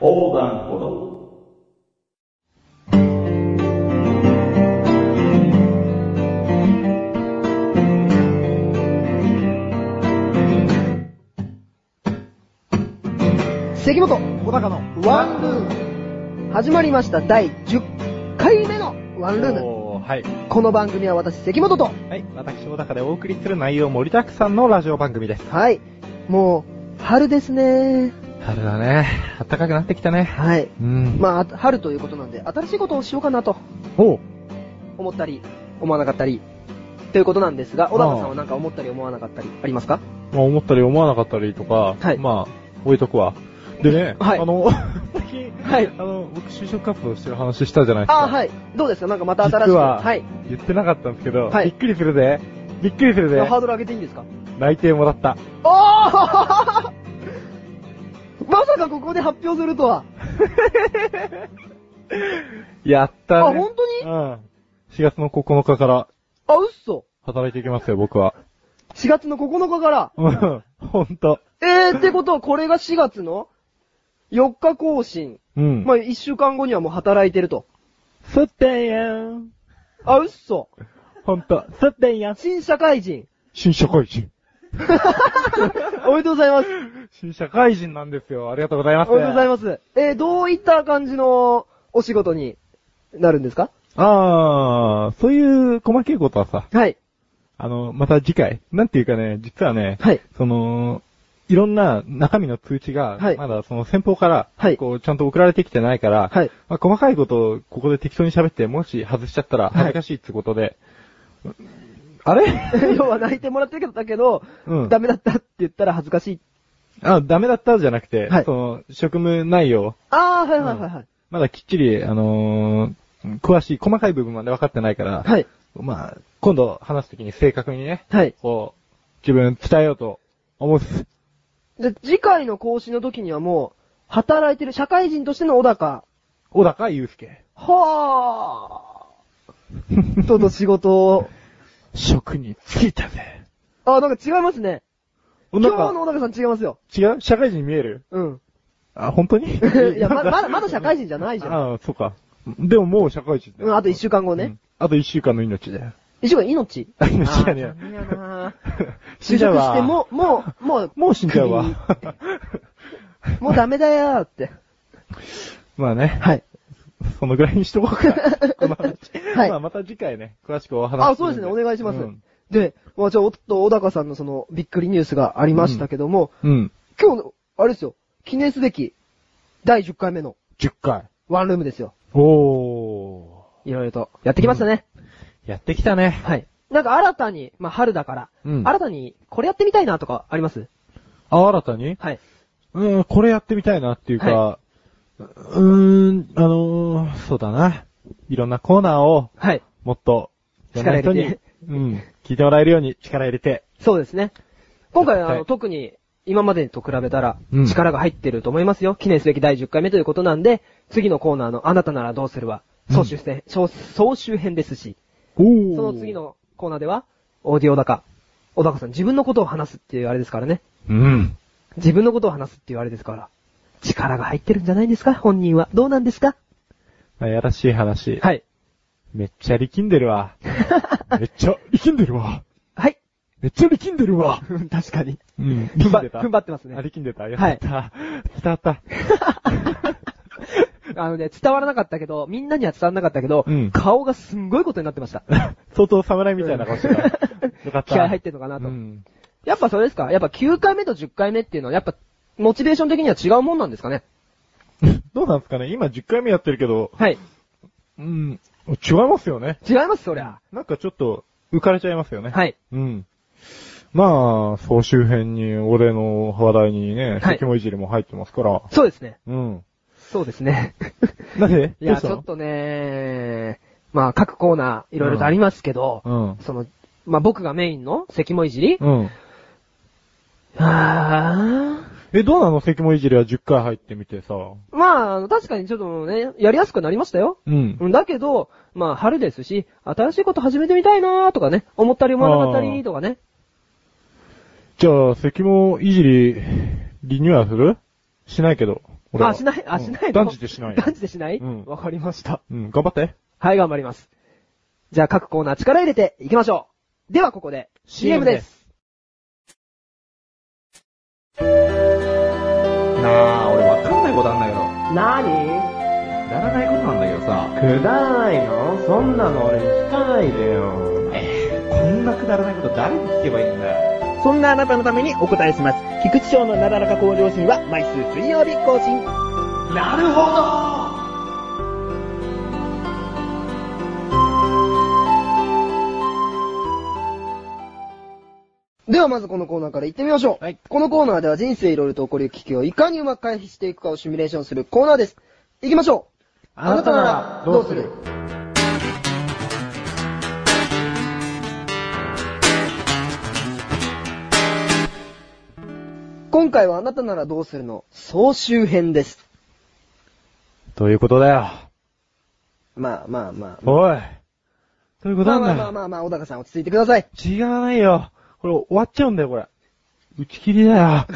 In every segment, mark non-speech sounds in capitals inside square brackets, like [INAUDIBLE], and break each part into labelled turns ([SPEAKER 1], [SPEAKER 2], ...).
[SPEAKER 1] 横断歩道。
[SPEAKER 2] 関本小高のワンルーム始まりました第10回目のワンルーム
[SPEAKER 3] おーはい。
[SPEAKER 2] この番組は私関本と
[SPEAKER 3] はい。私、小高でお送りする内容盛りだくさんのラジオ番組です。
[SPEAKER 2] はいもう春ですね
[SPEAKER 3] 春だね。暖かくなってきたね。
[SPEAKER 2] はい
[SPEAKER 3] うん。
[SPEAKER 2] まああ春ということなんで新しいことをしようかなと
[SPEAKER 3] おう
[SPEAKER 2] 思ったり思わなかったりということなんですが小高さんは何か思ったり思わなかったりありますか
[SPEAKER 3] まあ、思ったり思わなかったりとか、
[SPEAKER 2] はい
[SPEAKER 3] まあ、置いとくわ。でね、
[SPEAKER 2] はい
[SPEAKER 3] あの、 [LAUGHS] 最近、
[SPEAKER 2] はい
[SPEAKER 3] あの、僕、就職活動してる話したじゃないですか。。
[SPEAKER 2] あーはいいどうですかなんかまた新しい
[SPEAKER 3] 実は
[SPEAKER 2] はい
[SPEAKER 3] 言ってなかったんですけど、
[SPEAKER 2] はい
[SPEAKER 3] びっくりするぜ。びっくりするぜ。
[SPEAKER 2] ハードル上げていいんですか
[SPEAKER 3] 内定もらった。
[SPEAKER 2] おー [LAUGHS] まさかここで発表するとは、
[SPEAKER 3] やったね。
[SPEAKER 2] あ本当に
[SPEAKER 3] うん。4月の9日から
[SPEAKER 2] あ嘘
[SPEAKER 3] 働いていきますよ、僕は。
[SPEAKER 2] 4月の9日から
[SPEAKER 3] [LAUGHS] うん。ほんと。
[SPEAKER 2] えー、ってことは、これが4月の4日更新。
[SPEAKER 3] うん。
[SPEAKER 2] まあ、1週間後にはもう働いてると。
[SPEAKER 3] そってんやん。
[SPEAKER 2] あ、嘘。
[SPEAKER 3] ほんと、そってんやん。
[SPEAKER 2] 新社会
[SPEAKER 3] [LAUGHS]
[SPEAKER 2] 人。
[SPEAKER 3] 新社会人。
[SPEAKER 2] おめでとうございます。
[SPEAKER 3] 新社会人なんですよ。ありがとうございます。
[SPEAKER 2] おめでとうござい
[SPEAKER 3] ま
[SPEAKER 2] ます。えー、どういった感じのお仕事になるんですか
[SPEAKER 3] す。あー、そういう細けいことはさ、
[SPEAKER 2] はい。
[SPEAKER 3] あの、また次回。なんていうかね、実はね、
[SPEAKER 2] はい。 [LAUGHS]
[SPEAKER 3] その、いろんな中身の通知が、
[SPEAKER 2] はい
[SPEAKER 3] まだその先方から、
[SPEAKER 2] はい
[SPEAKER 3] こう、ちゃんと送られてきてないから、
[SPEAKER 2] はい
[SPEAKER 3] まあ、細かいことをここで適当に喋って、もし外しちゃったら恥ずかしいってことで、あれ [LAUGHS]
[SPEAKER 2] 要は泣いてもらってるけど、だけど、
[SPEAKER 3] うん
[SPEAKER 2] ダメだったって言ったら恥ずかしい。
[SPEAKER 3] あ、ダメだったじゃなくて、
[SPEAKER 2] はい
[SPEAKER 3] その、職務内容、
[SPEAKER 2] あー、はいはいはいはい。
[SPEAKER 3] まだきっちり、あのー詳しい、細かい部分まで分かってないから、
[SPEAKER 2] はい。
[SPEAKER 3] まあ、今度話すときに正確にね、
[SPEAKER 2] はい。
[SPEAKER 3] こう、自分伝えようと思うっす。
[SPEAKER 2] じゃ、次回の更新の時にはもう、働いてる社会人としての小高。
[SPEAKER 3] 小高祐介。
[SPEAKER 2] はー。との仕事を。
[SPEAKER 3] 職に就いたぜ。
[SPEAKER 2] あ、なんか違いますね。
[SPEAKER 3] なん
[SPEAKER 2] 今日の
[SPEAKER 3] か、
[SPEAKER 2] 小高さん違いますよ。
[SPEAKER 3] 違う社会人に見える
[SPEAKER 2] うん。
[SPEAKER 3] あ、本当に
[SPEAKER 2] [LAUGHS] い
[SPEAKER 3] [LAUGHS]
[SPEAKER 2] や、ま、まだ、まだ社会人じゃないじゃん。
[SPEAKER 3] ああ、そうか。でももう社会人だ
[SPEAKER 2] うん、あと一週間後
[SPEAKER 3] う
[SPEAKER 2] ね
[SPEAKER 3] ん。あと一週間の命だよ。
[SPEAKER 2] 一週間命
[SPEAKER 3] あ [LAUGHS] 命だね
[SPEAKER 2] あー残念やな
[SPEAKER 3] 死
[SPEAKER 2] 就
[SPEAKER 3] んじゃう
[SPEAKER 2] 職
[SPEAKER 3] わ
[SPEAKER 2] しても、もう、もう、
[SPEAKER 3] もう死んじゃうわ。
[SPEAKER 2] もうダメだよーって。
[SPEAKER 3] まあね、
[SPEAKER 2] はい。
[SPEAKER 3] そのぐらいにしとこ
[SPEAKER 2] [LAUGHS]
[SPEAKER 3] うか。この話。
[SPEAKER 2] はい
[SPEAKER 3] まあまた次回ね、詳しくお話しるん
[SPEAKER 2] あ、そうですね、お願いします
[SPEAKER 3] うん。
[SPEAKER 2] で、まあ、じゃあ、おっと、小高さんのその、びっくりニュースがありましたけども、
[SPEAKER 3] うん。
[SPEAKER 2] 今日の、あれですよ、記念すべき、第10回目の
[SPEAKER 3] 10回。
[SPEAKER 2] ワンルームですよ。
[SPEAKER 3] おー。
[SPEAKER 2] いろいろと、やってきましたね。
[SPEAKER 3] やってきたね。
[SPEAKER 2] はい。なんか新たに、まあ、春だから、
[SPEAKER 3] うん
[SPEAKER 2] 新たに、これやってみたいなとか、あります
[SPEAKER 3] あ、新たに
[SPEAKER 2] はい。
[SPEAKER 3] うん、これやってみたいなっていうか、
[SPEAKER 2] は
[SPEAKER 3] うーん、あのー、そうだな。いろんなコーナーを、
[SPEAKER 2] はい。
[SPEAKER 3] もっと、いろんな人
[SPEAKER 2] 力入
[SPEAKER 3] に
[SPEAKER 2] れて、
[SPEAKER 3] うん、聞いてもらえるように力入れて。
[SPEAKER 2] そうですね。今回は、あ
[SPEAKER 3] は
[SPEAKER 2] の、
[SPEAKER 3] い
[SPEAKER 2] 特に、今までと比べたら
[SPEAKER 3] う、ん
[SPEAKER 2] 力が入ってると思いますよ。記念すべき第10回目ということなんで、次のコーナーの、あなたならどうするは、
[SPEAKER 3] うん
[SPEAKER 2] 総集編、総総集編ですし、
[SPEAKER 3] お
[SPEAKER 2] そ
[SPEAKER 3] ー
[SPEAKER 2] の次。のコーナーでは、オーディオ高。小高さん、自分のことを話すっていうあれですからね。
[SPEAKER 3] うん。
[SPEAKER 2] 自分のことを話すっていうあれですから。力が入ってるんじゃないんですか本人は。どうなんですか
[SPEAKER 3] まあやらしい話。
[SPEAKER 2] はい。
[SPEAKER 3] めっちゃ力んで
[SPEAKER 2] [LAUGHS]
[SPEAKER 3] るわ。めっちゃ力んでるわ。 [LAUGHS]
[SPEAKER 2] はい。
[SPEAKER 3] めっちゃ力んでるわ。
[SPEAKER 2] うん確かに。
[SPEAKER 3] うん。
[SPEAKER 2] 踏ん
[SPEAKER 3] 力
[SPEAKER 2] 張
[SPEAKER 3] んでた。
[SPEAKER 2] 踏ん張ってますね
[SPEAKER 3] あ、。力んでた。よかった。伝わった。
[SPEAKER 2] [LAUGHS] あのね、伝わらなかったけど、みんなには伝わらなかったけど、
[SPEAKER 3] うん
[SPEAKER 2] 顔がすんごいことになってました。
[SPEAKER 3] 相当侍みたいな顔してた。よかった。
[SPEAKER 2] 気合入ってんのかなと
[SPEAKER 3] うん。
[SPEAKER 2] やっぱそれですかやっぱ9回目と10回目っていうのは、やっぱ、モチベーション的には違うもんなんですかね
[SPEAKER 3] どうなんですかね今10回目やってるけど、
[SPEAKER 2] はい。
[SPEAKER 3] うん、違いますよね。
[SPEAKER 2] 違います、そりゃ。
[SPEAKER 3] なんかちょっと、浮かれちゃいますよね。。
[SPEAKER 2] はいい。
[SPEAKER 3] うん。まあ、総集編に、俺の話題にね、
[SPEAKER 2] はい
[SPEAKER 3] 関もいじりも入ってますから。
[SPEAKER 2] そうですね。
[SPEAKER 3] うん。
[SPEAKER 2] そうです
[SPEAKER 3] [LAUGHS]
[SPEAKER 2] ね。
[SPEAKER 3] なぜ
[SPEAKER 2] い
[SPEAKER 3] どう
[SPEAKER 2] や、
[SPEAKER 3] し
[SPEAKER 2] ち
[SPEAKER 3] たの
[SPEAKER 2] ょっとね、まあ、各コーナー、いろいろとありますけど、
[SPEAKER 3] うん。
[SPEAKER 2] その、まあ僕がメインの関もいじり、
[SPEAKER 3] うん。
[SPEAKER 2] あー
[SPEAKER 3] え、どうなの関もいじりは10回入ってみてさ。
[SPEAKER 2] まああの、確かにちょっとね、やりやすくなりましたよ。
[SPEAKER 3] うん。
[SPEAKER 2] だけど、まあ、春ですし、新しいこと始めてみたいなーとかね、思ったり思わなかったりとかね。
[SPEAKER 3] じゃあ、関もいじり、リニューアルするしないけど。俺は
[SPEAKER 2] あ、しない、あ、しな
[SPEAKER 3] う
[SPEAKER 2] い
[SPEAKER 3] ん断じてしない。
[SPEAKER 2] 断じてしない
[SPEAKER 3] うん
[SPEAKER 2] わかりました。
[SPEAKER 3] うん、頑張って。
[SPEAKER 2] はい、頑張ります。じゃあ各コーナー力入れていきましょう。ではここで CM です。
[SPEAKER 3] なあ、俺わかんないことあんだけど。
[SPEAKER 1] なに
[SPEAKER 3] くだらないことなんだけどさ。
[SPEAKER 1] くだらないのそんなの俺聞かないでよ。
[SPEAKER 3] えー、こんなくだらないこと誰に聞けばいいんだよ。
[SPEAKER 4] そんなあなたのためにお答えします。菊池賞のなだらか向上心は毎週水曜日更新。
[SPEAKER 3] なるほ
[SPEAKER 2] ではまずこのコーナーから行ってみましょう。
[SPEAKER 3] はい
[SPEAKER 2] このコーナーでは人生いろいろと起こる危機をいかにうまく回避していくかをシミュレーションするコーナーです。行きましょうあなたならどうする今回はあなたならどうするの総集編です。
[SPEAKER 3] ど。ということだよ。
[SPEAKER 2] まあまあまあ。
[SPEAKER 3] おい。どういうこと
[SPEAKER 2] ま
[SPEAKER 3] な
[SPEAKER 2] あ
[SPEAKER 3] んだ
[SPEAKER 2] まあまあまあまあ、小高さん落ち着いてください。
[SPEAKER 3] 違わないよ。これ終わっちゃうんだよ、これ。打ち切り
[SPEAKER 2] [LAUGHS]
[SPEAKER 3] だよ。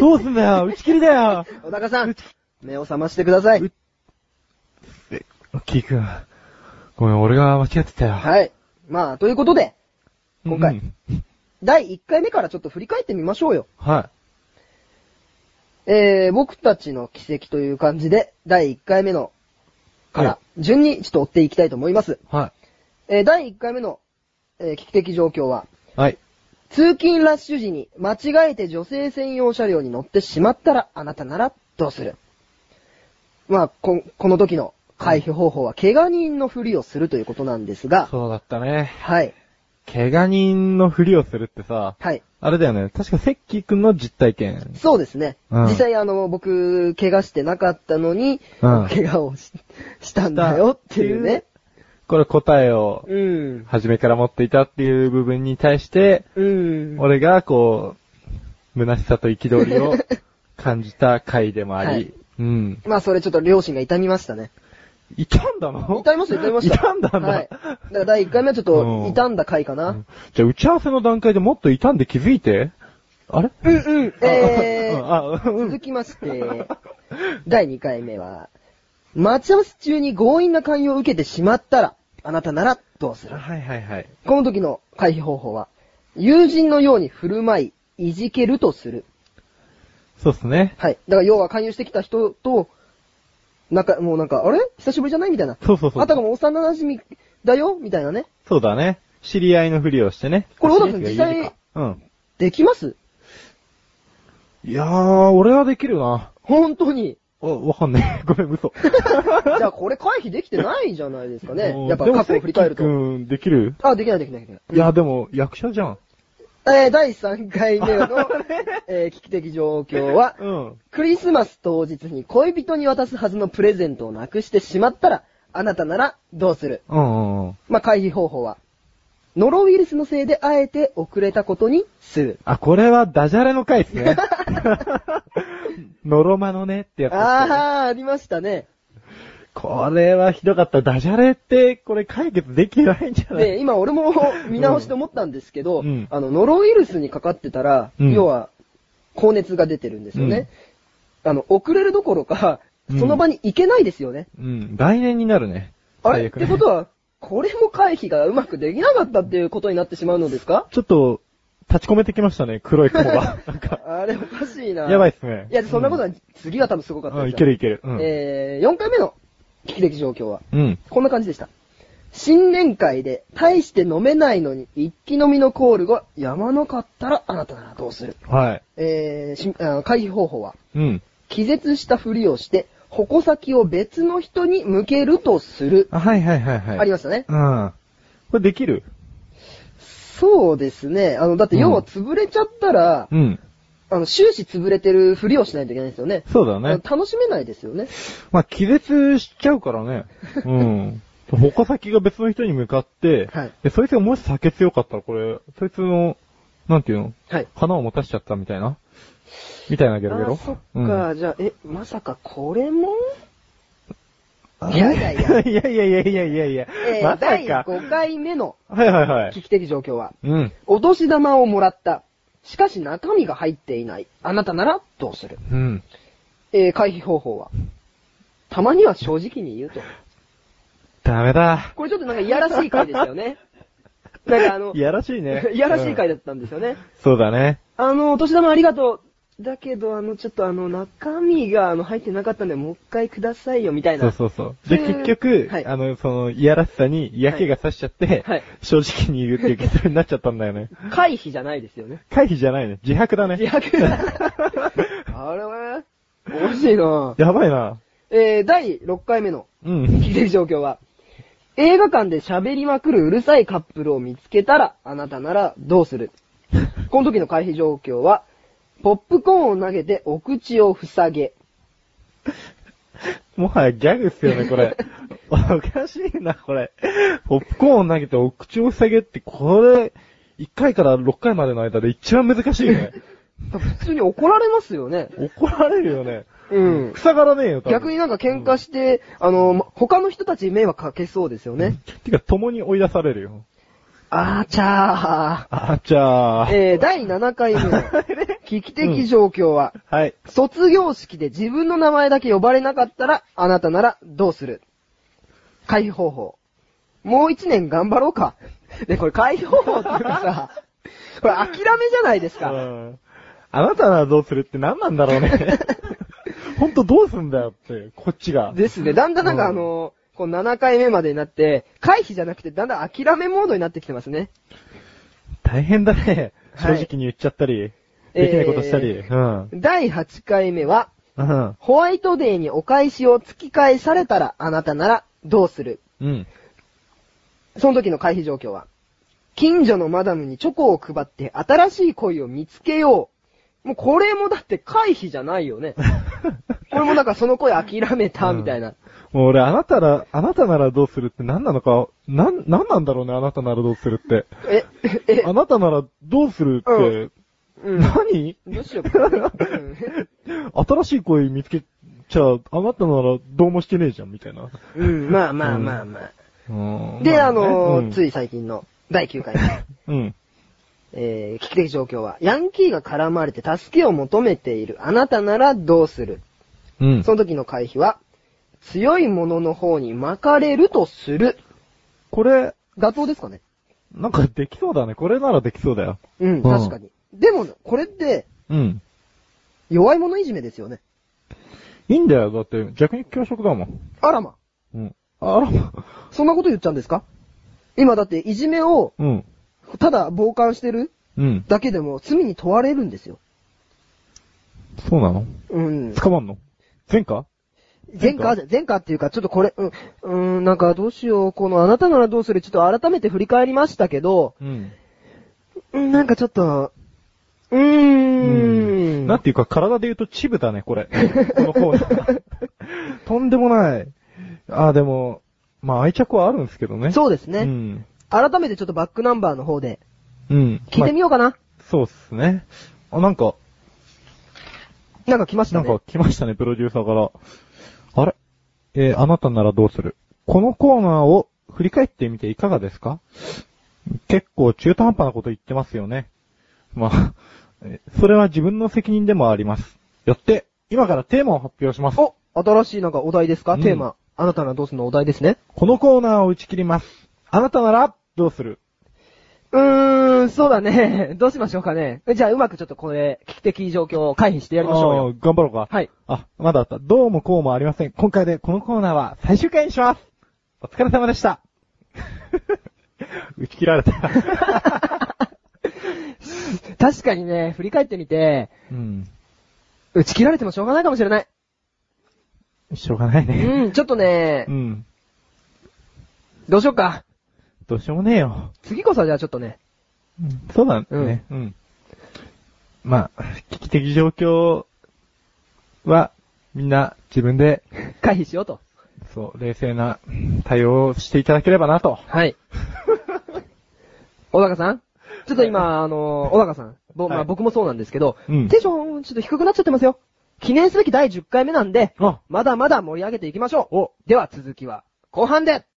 [SPEAKER 3] どうすんだよ、打ち切りだよ。
[SPEAKER 2] 小高さん、目を覚ましてください。
[SPEAKER 3] キーくん。ごめん、俺が間違ってたよ。
[SPEAKER 2] はい。まあ、ということで、
[SPEAKER 3] うん
[SPEAKER 2] 今回。第1回目からちょっと振り返ってみましょうよ。
[SPEAKER 3] は
[SPEAKER 2] えー、僕たちの奇跡という感じで、第1回目のから
[SPEAKER 3] は、
[SPEAKER 2] 順にちょっと追っていきたいと思います。
[SPEAKER 3] い。は
[SPEAKER 2] えー、第1回目の、えー危機的状況は、
[SPEAKER 3] い。はい。
[SPEAKER 2] 通勤ラッシュ時に間違えて女性専用車両に乗ってしまったら、あなたならどうするまあ、こ、この時の回避方法は、怪我人のふりをするということなんですが、
[SPEAKER 3] そうだったね。
[SPEAKER 2] はい。
[SPEAKER 3] 怪我人のふりをするってさ、
[SPEAKER 2] はい。
[SPEAKER 3] あれだよね。確かセッキーくんの実体験。
[SPEAKER 2] そうですね。
[SPEAKER 3] うん
[SPEAKER 2] 実際あの、僕、怪我してなかったのに、
[SPEAKER 3] うん
[SPEAKER 2] 怪我をししたんだよっていうね。
[SPEAKER 3] これ答えを、
[SPEAKER 2] うん。
[SPEAKER 3] 初めから持っていたっていう部分に対して、
[SPEAKER 2] うん。
[SPEAKER 3] 俺がこう、虚しさと憤り [LAUGHS] を感じた回でもあり、
[SPEAKER 2] はい
[SPEAKER 3] うん。
[SPEAKER 2] まあそれちょっと両親が痛みましたね。
[SPEAKER 3] いたんだの
[SPEAKER 2] 痛みました、痛みました。
[SPEAKER 3] 痛んだんだ。
[SPEAKER 2] はい。だから第1回目はちょっと
[SPEAKER 3] うん
[SPEAKER 2] 痛んだ回かな。
[SPEAKER 3] うんじゃあ打ち合わせの段階でもっと痛んで気づいてあれ
[SPEAKER 2] うんうん。え
[SPEAKER 3] うんあう
[SPEAKER 2] ー、
[SPEAKER 3] ん
[SPEAKER 2] 続きまして、第2回目は、待ち合わせ中に強引な勧誘を受けてしまったら、あなたならどうする
[SPEAKER 3] はいはいはい。
[SPEAKER 2] この時の回避方法は、友人のように振る舞い、いじけるとする。
[SPEAKER 3] そうっすね。
[SPEAKER 2] はい。だから要は勧誘してきた人と、なんか、もうなんか、あれ久しぶりじゃないみたいな。
[SPEAKER 3] そうそうそう
[SPEAKER 2] あたかも幼馴染だよみたいなね。
[SPEAKER 3] そうだね。知り合いのふりをしてね。
[SPEAKER 2] これ小田君
[SPEAKER 3] 知り合いっていうか
[SPEAKER 2] 実際
[SPEAKER 3] うん。
[SPEAKER 2] できます
[SPEAKER 3] いやー、俺はできるな。
[SPEAKER 2] 本当に。
[SPEAKER 3] お、わかんねえ。ごめん、 [LAUGHS] 嘘。
[SPEAKER 2] [LAUGHS] じゃあこれ回避できてないんじゃないですかね。
[SPEAKER 3] うん
[SPEAKER 2] やっぱ過去を振り返る
[SPEAKER 3] で
[SPEAKER 2] と。
[SPEAKER 3] も関君できる
[SPEAKER 2] あ、できないできないできない。
[SPEAKER 3] いや、でも、役者じゃん。
[SPEAKER 2] えー、第3回
[SPEAKER 3] [LAUGHS]
[SPEAKER 2] 目の、えー、危機的状況は、
[SPEAKER 3] うん。
[SPEAKER 2] クリスマス当日に恋人に渡すはずのプレゼントをなくしてしまったら、あなたならどうする
[SPEAKER 3] うんうんうん。
[SPEAKER 2] まあ、回避方法は、ノロウイルスのせいであえて遅れたことにする。
[SPEAKER 3] あ、これはダジャレの回で
[SPEAKER 2] [LAUGHS]
[SPEAKER 3] すね。ノロマのねってやつですね。
[SPEAKER 2] あー、ありましたね。
[SPEAKER 3] これはひどかった。ダジャレって、これ解決できないんじゃない
[SPEAKER 2] で、今俺も [LAUGHS] 見直して思ったんですけど、
[SPEAKER 3] うん
[SPEAKER 2] あの、ノロウイルスにかかってたら、
[SPEAKER 3] うん
[SPEAKER 2] 要は、高熱が出てるんですよね。あの、遅れるどころか、
[SPEAKER 3] うん
[SPEAKER 2] その場に行けないですよね。
[SPEAKER 3] うん。来年になるね。
[SPEAKER 2] あれ、
[SPEAKER 3] 最
[SPEAKER 2] っ
[SPEAKER 3] 悪
[SPEAKER 2] て
[SPEAKER 3] ね
[SPEAKER 2] ことは、これも回避がうまくできなかったっていうことになってしまうのですか
[SPEAKER 3] ちょっと、立ち込めてきましたね、黒い
[SPEAKER 2] [LAUGHS]
[SPEAKER 3] 雲が。なんか、
[SPEAKER 2] あれおかしいな。
[SPEAKER 3] やばいっすね。
[SPEAKER 2] いや、そんなことは、
[SPEAKER 3] い。
[SPEAKER 2] 次は多分すごかった
[SPEAKER 3] あ
[SPEAKER 2] です
[SPEAKER 3] いけるいける。うん。
[SPEAKER 2] えー、4回目の危機的状況は、
[SPEAKER 3] うん。
[SPEAKER 2] こんな感じでした。新年会で、大して飲めないのに、一気飲みのコールがやまなかったら、あなたならどうする
[SPEAKER 3] はい。
[SPEAKER 2] えーしあ回避方法は、
[SPEAKER 3] うん。
[SPEAKER 2] 気絶したふりをして、矛先を別の人に向けるとする。
[SPEAKER 3] あ、はいはいはいはい。
[SPEAKER 2] ありましたね。
[SPEAKER 3] うん。これできる
[SPEAKER 2] そうですね。あの、だって要は潰れちゃったら、
[SPEAKER 3] うん。
[SPEAKER 2] あの、終始潰れてるふりをしないといけないですよね。
[SPEAKER 3] そうだ
[SPEAKER 2] あの
[SPEAKER 3] ね。
[SPEAKER 2] 楽しめないですよね。
[SPEAKER 3] まあ、気絶しちゃうか
[SPEAKER 2] [LAUGHS]
[SPEAKER 3] らね。うん。他先が別の人に向かって、
[SPEAKER 2] はい
[SPEAKER 3] で、そいつがもし酒強かったら、これ、そいつの、なんていうの
[SPEAKER 2] はい。
[SPEAKER 3] 花を持たしちゃったみたいなみたいなゲロゲロ。
[SPEAKER 2] あ、そっ
[SPEAKER 3] うん
[SPEAKER 2] か、じゃあ、え、まさかこれも
[SPEAKER 3] い
[SPEAKER 2] いやいやいや。
[SPEAKER 3] [LAUGHS] いやいやいやいやいやいや。
[SPEAKER 2] えー
[SPEAKER 3] まさ
[SPEAKER 2] 第
[SPEAKER 3] か。
[SPEAKER 2] 5回目の
[SPEAKER 3] はいはいは
[SPEAKER 2] 危
[SPEAKER 3] い。
[SPEAKER 2] 機的状況は、
[SPEAKER 3] うん。
[SPEAKER 2] お年玉をもらった。しかし中身が入っていない。あなたならどうする
[SPEAKER 3] うん。
[SPEAKER 2] えー回避方法は、たまには正直に言うと。
[SPEAKER 3] ダメだ。
[SPEAKER 2] これちょっとなんかいやらしい回でしたよ
[SPEAKER 3] [LAUGHS]
[SPEAKER 2] ね。なんかあの、
[SPEAKER 3] いやらしいね
[SPEAKER 2] [LAUGHS] 。いやらしい回だ
[SPEAKER 3] うん
[SPEAKER 2] ったんですよね。
[SPEAKER 3] そうだね。
[SPEAKER 2] あの、お年玉ありがとう。だけど、あの、ちょっとあの、中身が、あの、入ってなかったんで、もう一回くださいよ、みたいな。
[SPEAKER 3] そうそうそう。で、
[SPEAKER 2] そういう
[SPEAKER 3] 結局、
[SPEAKER 2] はい
[SPEAKER 3] あの、その、いやらしさに嫌気がさしちゃって、
[SPEAKER 2] はい
[SPEAKER 3] 正直に言うっていう結論になっちゃったんだよね。
[SPEAKER 2] 回避じゃないですよね。
[SPEAKER 3] 回避じゃないね。自白だね。
[SPEAKER 2] 自白あれは、面白いな
[SPEAKER 3] やばいな。
[SPEAKER 2] えー、第6回目の
[SPEAKER 3] う
[SPEAKER 2] 聞
[SPEAKER 3] ん。
[SPEAKER 2] いてる状況は、映画館で喋りまくるうるさいカップルを見つけたら、あなたならどうするこの時の回避状況は、ポップコーンを投げてお口を塞げ。
[SPEAKER 3] もはやギャグっすよね、これ。おかしいな、これ。ポップコーン投げてお口を塞げって、これ、1回から6回までの間で一番難し
[SPEAKER 2] [LAUGHS]
[SPEAKER 3] いね。
[SPEAKER 2] 普通に怒られますよね。
[SPEAKER 3] 怒られるよね。
[SPEAKER 2] うん。
[SPEAKER 3] 塞がらねえよ、多分
[SPEAKER 2] 逆になんか喧嘩して、あの、ま他の人たちに迷惑かけそうですよね。
[SPEAKER 3] てか、共に追い出されるよ。
[SPEAKER 2] あーちゃ
[SPEAKER 3] あちゃ
[SPEAKER 2] ー。
[SPEAKER 3] ー。
[SPEAKER 2] えー、第7回目
[SPEAKER 3] [LAUGHS]
[SPEAKER 2] の危機的状況は、
[SPEAKER 3] はい。
[SPEAKER 2] 卒業式で自分の名前だけ呼ばれなかったら、あなたならどうする回避方法。もう一年頑張ろうか。ね、これ回避方法っていうかさ、
[SPEAKER 3] [LAUGHS]
[SPEAKER 2] これ諦めじゃないです
[SPEAKER 3] う
[SPEAKER 2] か。
[SPEAKER 3] んあなたならどうするって何なんだろ
[SPEAKER 2] [LAUGHS]
[SPEAKER 3] うね。ほんとどうすんだよって、こっちが。
[SPEAKER 2] ですね。だんだんなんか
[SPEAKER 3] う
[SPEAKER 2] あの、こう7回目までになって、回避じゃなくてだんだん諦めモードになってきてますね。
[SPEAKER 3] 大変だね。正
[SPEAKER 2] はい
[SPEAKER 3] 直に言っちゃったり、できないことしたり。
[SPEAKER 2] え
[SPEAKER 3] うん。
[SPEAKER 2] 第8回目は、
[SPEAKER 3] うん。
[SPEAKER 2] ホワイトデーにお返しを突き返されたらあなたならどうする
[SPEAKER 3] うん。 [LAUGHS]
[SPEAKER 2] その時の回避状況は、近所のマダムにチョコを配って新しい恋を見つけよう。もうこれもだって回避じゃない [LAUGHS] よね。これもなんかその恋諦めたみたいな。
[SPEAKER 3] もう俺、あなたら、あなたならどうするって何なのか、なん、何なんだろうね、あなたならどうするって。
[SPEAKER 2] え、え、
[SPEAKER 3] あなたならどうするって、
[SPEAKER 2] うん。
[SPEAKER 3] 何
[SPEAKER 2] どうしようかな。うん
[SPEAKER 3] 新しい声見つけちゃ、あなたならどうもしてねえじゃん、みたいな。
[SPEAKER 2] うん、まあまあまあまあ。
[SPEAKER 3] うん
[SPEAKER 2] で、あのーつ
[SPEAKER 3] い。
[SPEAKER 2] い最近の第9回目。
[SPEAKER 3] うん。
[SPEAKER 2] えー、危機的状況は、ヤンキーが絡まれて助けを求めているあなたならどうする
[SPEAKER 3] うん。
[SPEAKER 2] その時の回避は、強いものの方に巻かれるとする。
[SPEAKER 3] これ、
[SPEAKER 2] 妥当ですかね
[SPEAKER 3] なんかできそうだね。これならできそうだよ。
[SPEAKER 2] うん、確かに。でも、これって、
[SPEAKER 3] うん。
[SPEAKER 2] 弱い者いじめですよね。
[SPEAKER 3] いいんだよ。だって、逆に教職だもん。
[SPEAKER 2] あらま。
[SPEAKER 3] うん。あらま。
[SPEAKER 2] そんなこと言っちゃうんですか今だって、いじめを、
[SPEAKER 3] うん。
[SPEAKER 2] ただ傍観してる
[SPEAKER 3] うん。
[SPEAKER 2] だけでも、罪に問われるんですよ。
[SPEAKER 3] そうなの
[SPEAKER 2] うん。
[SPEAKER 3] 捕まんの前科
[SPEAKER 2] 前科じゃ、前科っていうか、ちょっとこれ、うん、うーん、なんかどうしよう、このあなたならどうする、ちょっと改めて振り返りましたけど、
[SPEAKER 3] うん。
[SPEAKER 2] うん、なんかちょっと、うーん。
[SPEAKER 3] なんていうか、体で言うとチブだね、
[SPEAKER 2] [LAUGHS]
[SPEAKER 3] これ。このコーナー。とんでもない。ああ、でも、まあ愛着はあるんですけどね。
[SPEAKER 2] そうですね、
[SPEAKER 3] うん。
[SPEAKER 2] 改めてちょっとバックナンバーの方で、
[SPEAKER 3] うん。
[SPEAKER 2] 聞いてみようかな。
[SPEAKER 3] まあそうっすね。あ、なんか、
[SPEAKER 2] なんか来ました
[SPEAKER 3] なん
[SPEAKER 2] ね。
[SPEAKER 3] か来ましたね、プロデューサーから。あれえーあなたならどうするこのコーナーを振り返ってみていかがですか結構中途半端なこと言ってますよね。まあ、えーそれは自分の責任でもあります。よって、今からテーマを発表します。
[SPEAKER 2] お、新しいなんかお題ですか、
[SPEAKER 3] うん
[SPEAKER 2] テーマ。あなたならどうするのお題ですね。
[SPEAKER 3] このコーナーを打ち切ります。あなたならどうする
[SPEAKER 2] うーん、そうだね。 [LAUGHS] どうしましょうかね。じゃあうまくちょっとこれ、危機的状況を回避してやりましょうよ。
[SPEAKER 3] あー頑張ろうか。
[SPEAKER 2] はい。
[SPEAKER 3] あ、まだあった。どうもこうもありません。今回でこのコーナーは最終回にします。お疲れ様でした。 [LAUGHS] 打ち切られた。 [LAUGHS]
[SPEAKER 2] 確かにね、振り返ってみて、
[SPEAKER 3] うん。
[SPEAKER 2] 打ち切られてもしょうがないかもしれない。
[SPEAKER 3] しょうがないね。
[SPEAKER 2] うん、ちょっとね
[SPEAKER 3] う、ん。
[SPEAKER 2] どうしようか。
[SPEAKER 3] どうしようもねえよ。
[SPEAKER 2] 次こそはじゃあちょっとね。
[SPEAKER 3] うんそうだね。うん。まあ、危機的状況は、みんな自分で、
[SPEAKER 2] 回避しようと。
[SPEAKER 3] そう、冷静な対応をしていただければなと。
[SPEAKER 2] はい。 [LAUGHS] 小高さんちょっと今、あの、小高さん、ぼま
[SPEAKER 3] は
[SPEAKER 2] あ、
[SPEAKER 3] い
[SPEAKER 2] 僕もそうなんですけど、
[SPEAKER 3] うん
[SPEAKER 2] テンションちょっと低くなっちゃってますよ。記念すべき第10回目なんで、
[SPEAKER 3] あ
[SPEAKER 2] まだまだ盛り上げていきましょう。では続きは、後半で